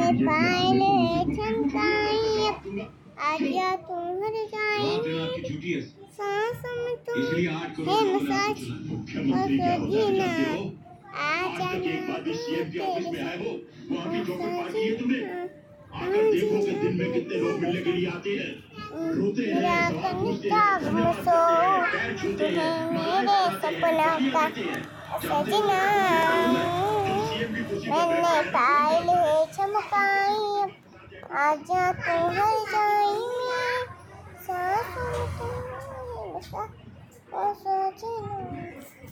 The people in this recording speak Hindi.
पायल है छनकाई आज्ञा तुम हर जाए छुट्टी है सांस में तुम इसलिए आठ करोड़ है लोग मसाज मुख्यमंत्री क्या होना जीना चाहते हो आ आज तक एक बार भी सीएम के ऑफिस में जाना आए हो वहाँ भी चौपट पार की है तुमने आकर देखो कि दिन में कितने लोग मिलने के लिए आते हैं रोते हैं मेरा सवाल पूछते कनिका हैं धन्यवाद घुसो करते हैं पैर छूते हैं तुम्हें माथे मेरे लगाते हैं, सपनों तस्वीर का लेते हैं। सजना सीएम भी खुशी में मैंने बैठा है। पायल है चमकाई आजा तू हर जाई सांसों में तुम है मसा ओ सजना